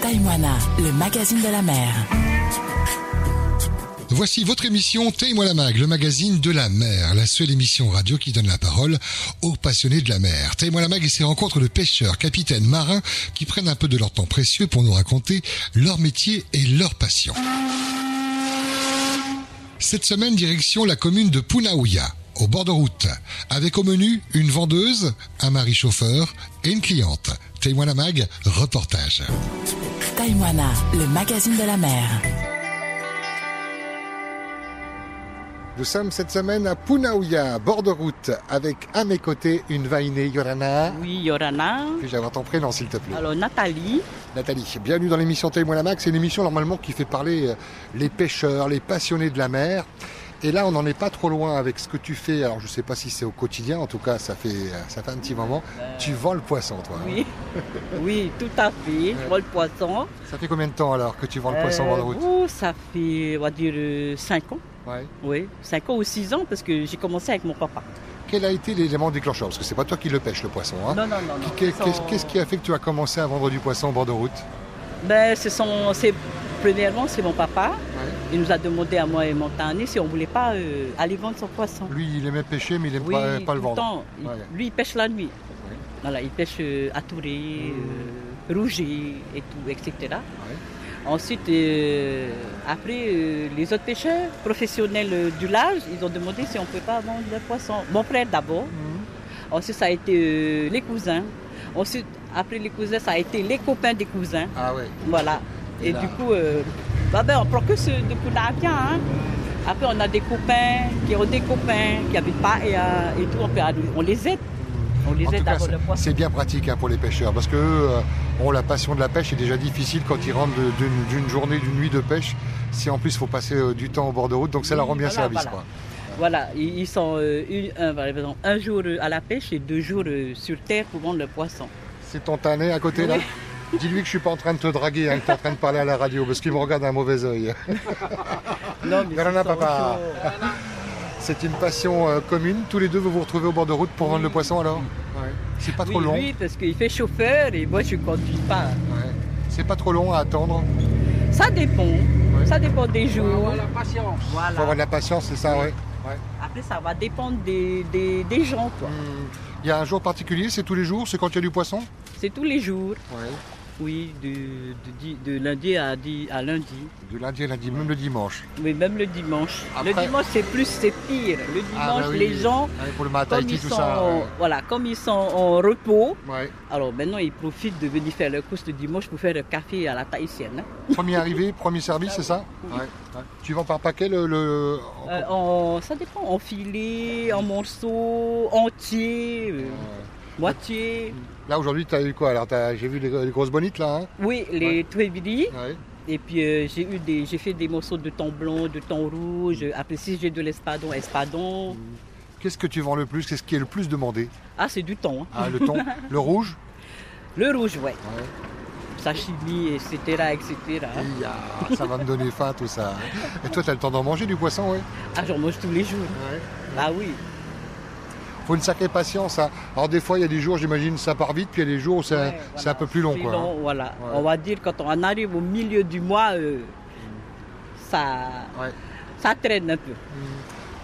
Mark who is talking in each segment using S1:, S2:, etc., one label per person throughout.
S1: Taïmoana, le magazine de la mer.
S2: Voici votre émission Taille-moi la mag, le magazine de la mer, la seule émission radio qui donne la parole aux passionnés de la mer. Taille-moi la mag et ses rencontres de pêcheurs, capitaines, marins qui prennent un peu de leur temps précieux pour nous raconter leur métier et leur passion. Cette semaine, direction la commune de Punaouya, au bord de route, avec au menu une vendeuse, un mari chauffeur et une cliente. Taille-moi la mag, reportage.
S1: Taïmoana, le magazine de la mer.
S2: Nous sommes cette semaine à Punaouya, bord de route, avec à mes côtés une vainée Yorana.
S3: Oui, Yorana.
S2: Puis-je avoir ton prénom, s'il te plaît
S3: Alors, Nathalie.
S2: Nathalie, bienvenue dans l'émission Témoin la Max. C'est une émission normalement qui fait parler euh, les pêcheurs, les passionnés de la mer. Et là, on n'en est pas trop loin avec ce que tu fais. Alors, je ne sais pas si c'est au quotidien, en tout cas, ça fait, euh, ça fait un petit moment. Tu vends le poisson, toi. hein
S3: Euh. Oui. oui, tout à fait. Je vends le poisson.
S2: Ça fait combien de temps alors que tu vends le poisson
S3: Euh,
S2: bord de route
S3: oh, ça fait, on va dire, 5 ans.
S2: Ouais.
S3: Oui, 5 ans ou 6 ans parce que j'ai commencé avec mon papa.
S2: Quel a été l'élément déclencheur Parce que c'est pas toi qui le pêches, le poisson. hein
S3: Non, non, non. non.
S2: Qui- qu'est- Qu'est-ce
S3: Son-
S2: qu'est-ce qui a fait que tu as commencé à vendre du poisson bord de route
S3: ben, ce sont, c'est- Premièrement, c'est mon papa. Il nous a demandé à moi et mon tanné si on voulait pas euh, aller vendre son poisson.
S2: Lui, il aimait pêcher, mais il n'aime
S3: Oui,
S2: pas, euh, pas
S3: tout
S2: le vendre.
S3: temps. Il-
S2: Ouais.
S3: Lui, il pêche la nuit.
S2: Ouais.
S3: Voilà, il pêche euh, à
S2: Hmm.
S3: Touré, euh, Rouget et tout, etc. Ensuite, euh, après, euh, les autres pêcheurs professionnels euh, du large, ils ont demandé si on ne pouvait pas vendre le poisson. Mon frère d'abord,
S2: Mhm.
S3: ensuite ça a été euh, les cousins, ensuite après les cousins, ça a été les copains des cousins.
S2: Ah ouais.
S3: Voilà.
S2: Et
S3: Et
S2: là-
S3: du coup, euh, bah ben, on prend que ce de Pounavia. Hein. Après, on a des copains qui ont des copains qui habitent pas et, euh, et tout. On, peut aller- on les aide. On les
S2: En tout
S3: aide à
S2: cas,
S3: avoir le
S2: c'est-
S3: poisson.
S2: c'est bien pratique hein, pour les pêcheurs parce que eux, euh, bon, la passion de la pêche est déjà difficile quand ils rentrent de- d'une d'une journée, d'une nuit de pêche. Si en plus il faut passer euh, du temps au bord de route, donc ça
S3: Oui,
S2: leur rend bien
S3: voilà,
S2: service.
S3: voilà. Voilà, ils ils sont euh, une- un, par exemple, un jour euh, à la pêche et deux jours euh, sur terre pour vendre le poisson.
S2: quoi. C'est ton tanné à côté là Dis-lui que je suis pas en train de te draguer, hein, que tu es en train de parler à la radio parce qu'il me regarde d'un mauvais œil.
S3: Non, mais
S2: Yorana,
S3: c'est ça,
S2: papa.
S3: autre chose.
S2: C'est une passion euh, commune. Tous les deux, vous vous retrouvez au bord de route pour vendre le poisson alors Ouais. C'est pas trop
S3: oui,
S2: long.
S3: oui, parce qu'il fait chauffeur et moi je conduis pas.
S2: Ouais. C'est pas trop long à attendre.
S3: Ça dépend. Ça dépend des jours.
S4: patience.
S3: Voilà.
S2: Faut avoir de la patience, c'est ça, ouais.
S3: Après, ça va dépendre des, des, des gens, quoi.
S2: Hum, Il y a un jour particulier, c'est tous les jours, c'est quand il y a du poisson
S3: C'est tous les jours. Oui, de, de di- de lundi à, di- à lundi.
S2: Du lundi à lundi, même le dimanche.
S3: Oui, même le dimanche. Le
S2: Après-
S3: dimanche, c'est plus, c'est pire. Le dimanche,
S2: Ah, bah oui,
S3: les
S2: oui.
S3: gens,
S2: Ouais, pour le matin,
S3: comme
S2: tout
S3: ils, sont,
S2: ça.
S3: en- voilà, comme ils sont en repos,
S2: ouais. Ouais.
S3: alors maintenant, ils profitent de venir faire leur course le dimanche pour faire le café à la tahitienne. hein.
S2: Premier arrivé, premier service, c'est ça
S3: Oui.
S2: Ouais. Tu vends par paquet le. le-
S3: Euh, en- ça dépend, en filet, en morceaux, entier, euh,
S2: Euh,
S3: moitié.
S2: Là aujourd'hui, tu as eu quoi Alors, t'as- j'ai vu les, les grosses bonites là. hein
S3: Oui, les tuileries.
S2: Ouais.
S3: Et puis euh, j'ai eu des, j'ai fait des morceaux de thon blanc, de thon rouge.
S2: Hmm.
S3: Après si j'ai de l'espadon, espadon.
S2: Qu'est-ce que tu vends le plus Qu'est-ce qui est le plus demandé
S3: Ah c'est du thon. hein.
S2: Ah, Le thon, le rouge
S3: Le rouge,
S2: Ouais.
S3: ouais.
S2: Hmm.
S3: Sashimi, etc., etc. hein.
S2: Iya, ah, Ça va me donner faim tout ça. hein. Et toi, tu as le temps d'en manger du poisson, ouais
S3: Ah j'en mange tous les jours. Ah oui.
S2: Faut une sacrée patience. hein. Alors des fois, il y a des jours, j'imagine, ça part vite, puis il y a des jours où c'est
S3: Ouais,
S2: euh, c'est
S3: voilà.
S2: un peu plus long.
S3: C'est
S2: quoi. hein.
S3: long, voilà.
S2: Ouais.
S3: On va dire quand on arrive au milieu du mois, euh, ça,
S2: Ouais.
S3: ça traîne un peu.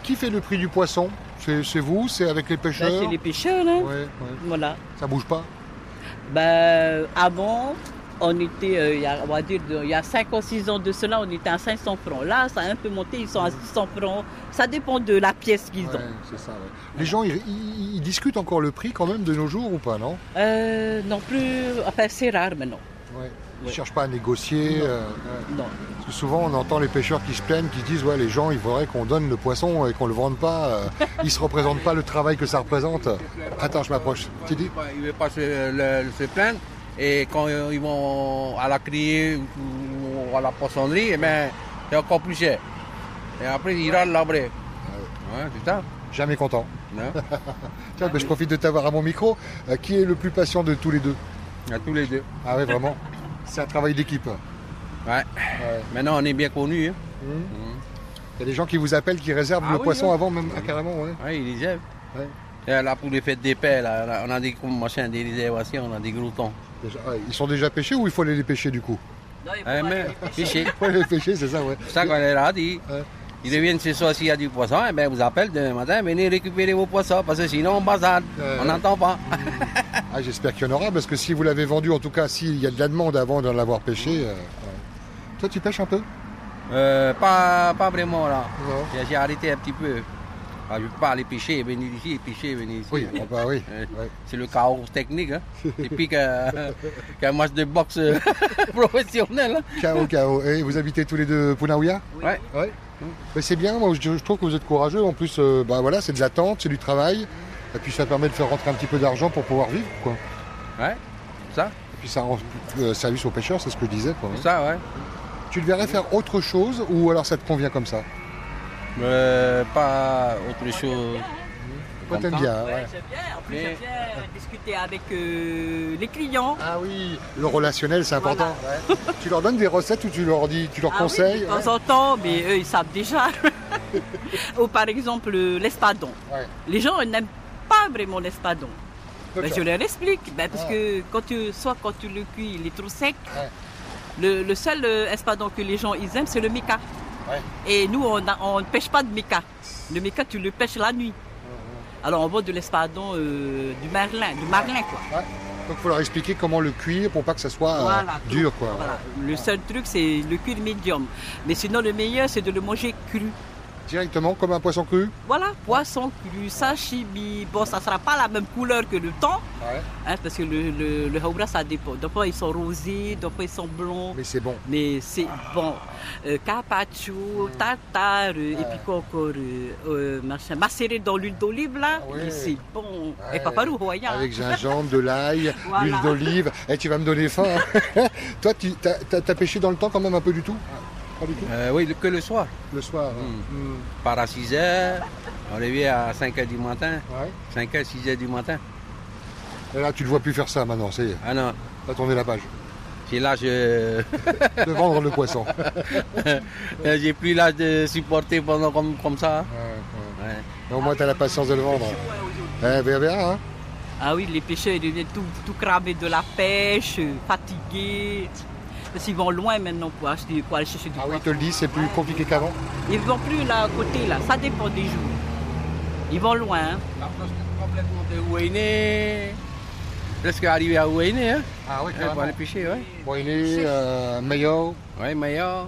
S2: Qui fait le prix du poisson C'est c'est vous C'est avec les
S3: Là,
S2: pêcheurs
S3: Ben, c'est les pêcheurs, hein.
S2: Ouais, ouais.
S3: Voilà.
S2: Ça bouge pas
S3: Ben, avant, on était, euh, il y a, on va dire, de- il y a 5 ou 6 ans de cela, on était à 500 francs. Là, ça a un peu monté, ils sont à 600 francs. Ça dépend de la pièce qu'ils
S2: Ouais,
S3: ont.
S2: c'est ça, ouais. Les gens, ils, ils- ils discutent encore le prix quand même de nos jours ou pas, non
S3: Euh, non plus, enfin, c'est rare maintenant.
S2: Ils
S3: Ouais.
S2: cherchent pas à négocier. euh, ouais.
S3: Non.
S2: Parce que souvent, on entend les pêcheurs qui se plaignent, qui disent Ouais, les gens, il faudrait qu'on donne le poisson et qu'on le vende pas. euh, ils se représentent pas le travail que ça représente. Attends, je m'approche. Tu dis
S4: Il ne veut pas se, le- se plaindre. Et quand euh, ils vont à la criée ou ou à la poissonnerie, eh ben, c'est encore plus cher. Et après, ils râlent l'abré. Ouais, c'est ça.
S2: Jamais content.
S4: non
S2: Tiens, ben, je profite de t'avoir à mon micro. Euh, qui est le plus patient de tous les deux
S4: À tous les deux.
S2: Ah, ouais, vraiment C'est un travail d'équipe.
S4: Ouais. Maintenant, on est bien connus. hein.
S2: Il y a des gens qui vous appellent, qui réservent
S4: Ah
S2: le
S4: oui,
S2: poisson
S4: oui.
S2: avant même, ah, carrément. ouais.
S4: Ouais, ils les aiment.
S2: Ouais.
S4: Et là, pour les fêtes des pères, là, on a- on a des comme machin, des réservations, on a des gros tons.
S2: Déjà- ah, ils sont déjà pêchés ou il faut aller les pêcher du coup
S3: Non, il faut
S4: Eh,
S3: aller
S4: mais,
S3: les pêcher.
S4: fiché.
S2: Il faut aller les pêcher, c'est ça, ouais.
S4: C'est ça qu'on leur a dit.
S2: Ouais.
S4: Ils reviennent chez soi s'il y a du poisson, eh ben, vous appelez demain matin, venez récupérer vos poissons, parce que sinon on bazarde,
S2: Ouais.
S4: on n'entend pas.
S2: Ah, J'espère qu'il y en aura, parce que si vous l'avez vendu, en tout cas, s'il y a de la demande avant d'en avoir pêché. euh, ouais. Toi, tu pêches un peu
S4: Euh, pas, pas vraiment là.
S2: Non.
S4: J'ai- J'ai arrêté un petit peu. Ah, je ne peux pas aller pêcher, venir ici, pêcher, venir ici.
S2: Oui, ah bah oui.
S4: Euh,
S2: ouais.
S4: C'est le chaos technique, hein. depuis que- qu'un match de boxe euh, professionnel. hein.
S2: K.O. K.O. Et vous habitez tous les deux Punaouia
S4: Ouais.
S2: Ouais. Mais c'est bien, moi je, je trouve que vous êtes courageux. En plus, euh, bah voilà, c'est de l'attente, c'est du travail. Et puis ça permet de faire rentrer un petit peu d'argent pour pouvoir vivre, quoi. Et
S4: Ouais, ça,
S2: puis ça rend euh, service aux pêcheurs, c'est ce que je disais. Quoi.
S4: ça, ouais.
S2: Tu devrais faire autre chose ou alors ça te convient comme ça
S4: Euh, pas autre chose.
S2: Mmh. Toi
S4: Comme
S2: t'aimes
S4: ça.
S2: bien, ouais.
S3: Ouais, j'aime bien. En plus,
S4: Ah Mais-
S3: j'aime bien euh, discuter avec euh, les clients.
S2: Ah oui, le relationnel c'est important. ouais. tu leur donnes des recettes ou tu leur dis, tu leur
S3: Ah oui,
S2: conseilles
S3: de
S2: ouais.
S3: temps en temps, mais eux, ils savent déjà. Ou par exemple, euh, l'espadon.
S2: Ouais.
S3: Les gens ils n'aiment pas vraiment l'espadon. Ben,
S2: D'accord.
S3: je leur explique, ben, parce
S2: Ah.
S3: que quand tu, soit quand tu le cuis, il est trop sec.
S2: Ouais.
S3: Le, le seul euh, espadon que les gens ils aiment, c'est le mica.
S2: Ouais.
S3: Et nous, on a- on ne pêche pas de mica. Le mica, tu le pêches la nuit. Alors on voit de l'espadon euh, du marlin, du marlin quoi.
S2: Donc faut leur expliquer comment le cuire pour pas que ça soit euh,
S3: Voilà.
S2: dur quoi.
S3: Voilà. Le seul truc, c'est le cuir médium. Mais sinon, le meilleur, c'est de le manger cru.
S2: Directement comme un poisson cru.
S3: Voilà, poisson cru, sashimi. Bon, ça ne sera pas la même couleur que le thon,
S2: Ouais.
S3: hein, parce que le, le, le haobra, ça dépend. Des fois, ils sont rosés, des fois, ils sont blonds.
S2: Mais c'est bon.
S3: Mais c'est bon. Euh, carpaccio, tartare, euh, et puis quoi encore euh, euh, machin. Macéré dans l'huile d'olive, là,
S2: Ah ouais.
S3: mais c'est bon. Et
S2: Ouais.
S3: paparou, hawaïen. hein.
S2: Avec gingembre, de l'ail,
S3: Voilà.
S2: l'huile d'olive. Et tu vas me donner faim. hein. Toi, tu t'as- t'as t'as pêché dans le temps quand même un peu du tout Pas du tout
S4: Euh, oui, le- que le soir.
S2: Le soir. hein.
S4: Par à 6 heures, on revient à 5 heures du matin.
S2: Mm. Ouais.
S4: 5 heures, 6 heures du matin.
S2: Et là, tu ne vois plus faire ça maintenant, ça y est.
S4: Ah non,
S2: T'as tourné la page.
S4: j'ai l'âge, euh,
S2: De vendre le poisson.
S4: j'ai plus l'âge de supporter pendant comme, comme ça. hein. Ouais.
S2: Mais Au moins, t'as la patience de le vendre. Eh, bien, bien, hein.
S3: Ah oui, les pêcheurs, ils deviennent tout, tout cramés de la pêche, euh, fatigués. Parce qu'ils vont loin maintenant pour, acheter, pour aller chercher du
S2: Ah oui,
S3: poisson.
S2: ils te le dis, c'est plus compliqué qu'avant.
S3: Ils vont plus là à côté, là. Ça dépend des jours. Ils vont loin. hein.
S4: L'approche complètement de Ouéné. Presque arrivé à Ouéné, hein.
S2: Ah oui,
S4: Ouais, pour aller pêcher, ouais.
S2: Boiné, euh, Mayo,
S4: Ouais, euh, meilleur.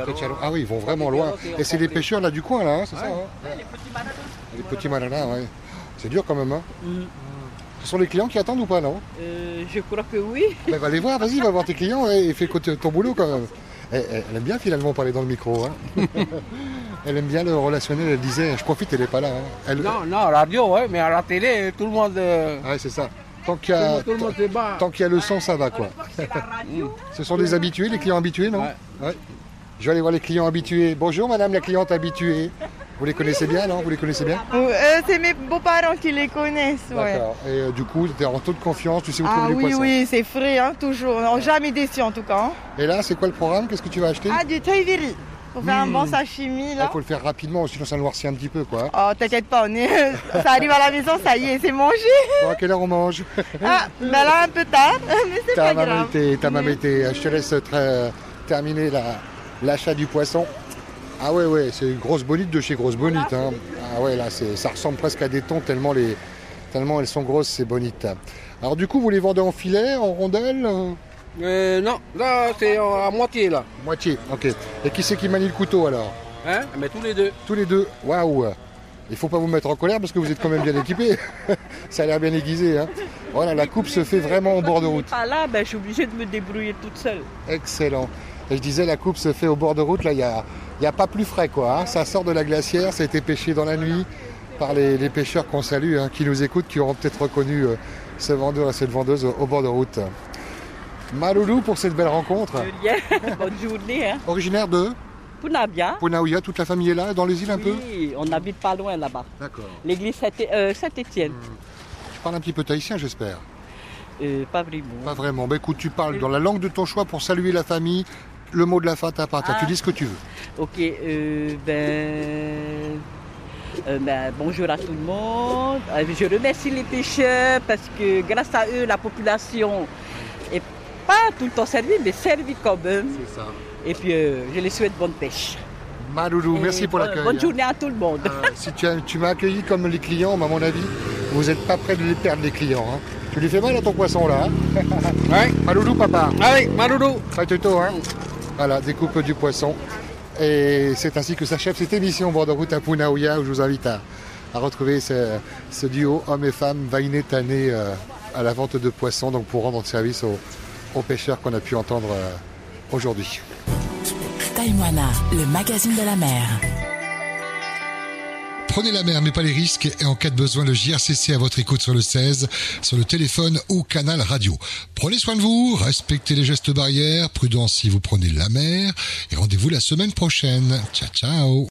S2: Tetiaro. Ah oui, ils vont vraiment loin. Et c'est les pêcheurs là du coin, là, hein, c'est ça hein Eh,
S3: Les petits bananes.
S2: Les petits malins, ouais. C'est dur quand même, hein.
S3: Mhm.
S2: Ce sont les clients qui attendent ou pas, non
S3: Euh, je crois que oui.
S2: Bah, va les voir, vas-y, va voir tes clients ouais, et fais co- ton boulot quand même. Eh, eh, Elle, aime bien finalement parler dans le micro. hein. elle aime bien le relationnel, elle disait, je profite, elle n'est pas là. hein. Elle-
S4: Non, non, à la radio, ouais, mais à la télé, tout le monde, euh,
S2: Ouais, c'est ça. Tant qu'il y,
S4: tout le
S2: a-
S4: monde, tout le monde se bat.
S2: tant qu'il y a le sang, ça va quoi.
S3: C'est la radio.
S2: Ce sont des habitués, les clients habitués, non
S4: Ouais.
S2: Ouais. Je vais aller voir les clients habitués. Bonjour madame la cliente habituée. Vous les connaissez bien, non Vous les connaissez bien
S5: Ou- euh, c'est mes beaux-parents qui les connaissent, ouais.
S2: D'accord. Et euh, du coup, tu es en taux de confiance, tu sais où
S5: Ah
S2: trouver du
S5: oui,
S2: poisson.
S5: oui, c'est frais, hein, toujours. Non, jamais déçu en tout cas. hein.
S2: Et là, c'est quoi le programme Qu'est-ce que tu vas acheter
S5: Ah, du taïviri. Pour faire
S2: Mmh.
S5: un bon sashimi,
S2: Il
S5: là.
S2: faut le faire rapidement, sinon ça noircit un petit peu quoi.
S5: Oh, t'inquiète pas, on est... ça arrive à la maison, ça y est, c'est mangé.
S2: Bon, à quelle heure on mange
S5: Ah, ben là, un peu tard, mais c'est
S2: Ta
S5: pas
S2: maman
S5: grave.
S2: était, ta maman était. Je te laisse tra- euh, terminer la- l'achat du poisson. Ah ouais, ouais, c'est une grosse bonite de chez grosse bonite. hein. Ah ouais, là, c'est- ça ressemble presque à des thons tellement, les, tellement elles sont grosses, ces bonites. Alors du coup, vous les vendez en filet, en rondelle euh,
S4: Euh, non, là, c'est en- à moitié, là.
S2: Moitié, ok. Et qui c'est qui manie le couteau alors
S4: Hein? Mais tous les deux.
S2: Tous les deux, waouh Il faut pas vous mettre en colère parce que vous êtes quand même bien équipés. ça a l'air bien aiguisé. hein. Voilà, la coupe se fait vraiment en bord de
S3: Quand il
S2: route.
S3: n'est pas là, ben, je suis obligée de me débrouiller toute seule.
S2: Excellent. Et je disais, la coupe se fait au bord de route. Là, il n'y a, il y a pas plus frais, quoi. hein. Ça sort de la glacière, ça a été pêché dans la nuit par les, les pêcheurs qu'on salue, hein, qui nous écoutent, qui auront peut-être reconnu euh, ce vendeur et cette vendeuse au bord de route. Maloulou pour cette belle rencontre.
S3: Je viens. Bonne journée. Hein.
S2: Originaire de
S3: Punabia.
S2: Punaouia, toute la famille est là, dans les îles un peu
S3: Oui, on n'habite pas loin là-bas.
S2: D'accord.
S3: L'église euh, Saint-Étienne.
S2: Hmm. Tu parles un petit peu tahitien, j'espère.
S3: Euh, pas vraiment.
S2: Pas vraiment. Bah, écoute, tu parles dans la langue de ton choix pour saluer la famille. Le mot de la fin t'appartient.
S3: Ah.
S2: Tu dis ce que tu veux.
S3: Ok, euh, ben. Euh, ben, bonjour à tout le monde. Euh, Je remercie les pêcheurs parce que grâce à eux, la population est pas tout le temps servie, mais servie quand même.
S2: C'est ça.
S3: Et puis, euh, je les souhaite bonne pêche.
S2: Maloulou, merci
S3: Et
S2: pour
S3: bonne-
S2: l'accueil. hein.
S3: Bonne journée à tout le monde.
S2: Euh, si tu, as- tu m'as accueilli comme les clients, mais à mon avis, vous n'êtes pas près de les perdre, les clients. hein. Tu lui fais mal à ton poisson, là. hein.
S4: Ouais.
S2: Maloulou, papa.
S4: Allez, Madoudou
S2: Très tuto, hein Voilà, découpe du poisson. Et c'est ainsi que s'achève cette émission Bord de route à Punaouia, où je vous invite à, à retrouver ce, ce duo hommes et femmes vainé tanné euh, à la vente de poissons, donc pour rendre service aux, aux pêcheurs qu'on a pu entendre euh, aujourd'hui.
S1: Taïwana, le magazine de la mer.
S2: Prenez la mer, mais pas les risques. Et en cas de besoin, le JRCC à votre écoute sur le 16, sur le téléphone ou canal radio. Prenez soin de vous, respectez les gestes barrières, prudence si vous prenez la mer. Et rendez-vous la semaine prochaine. Ciao, ciao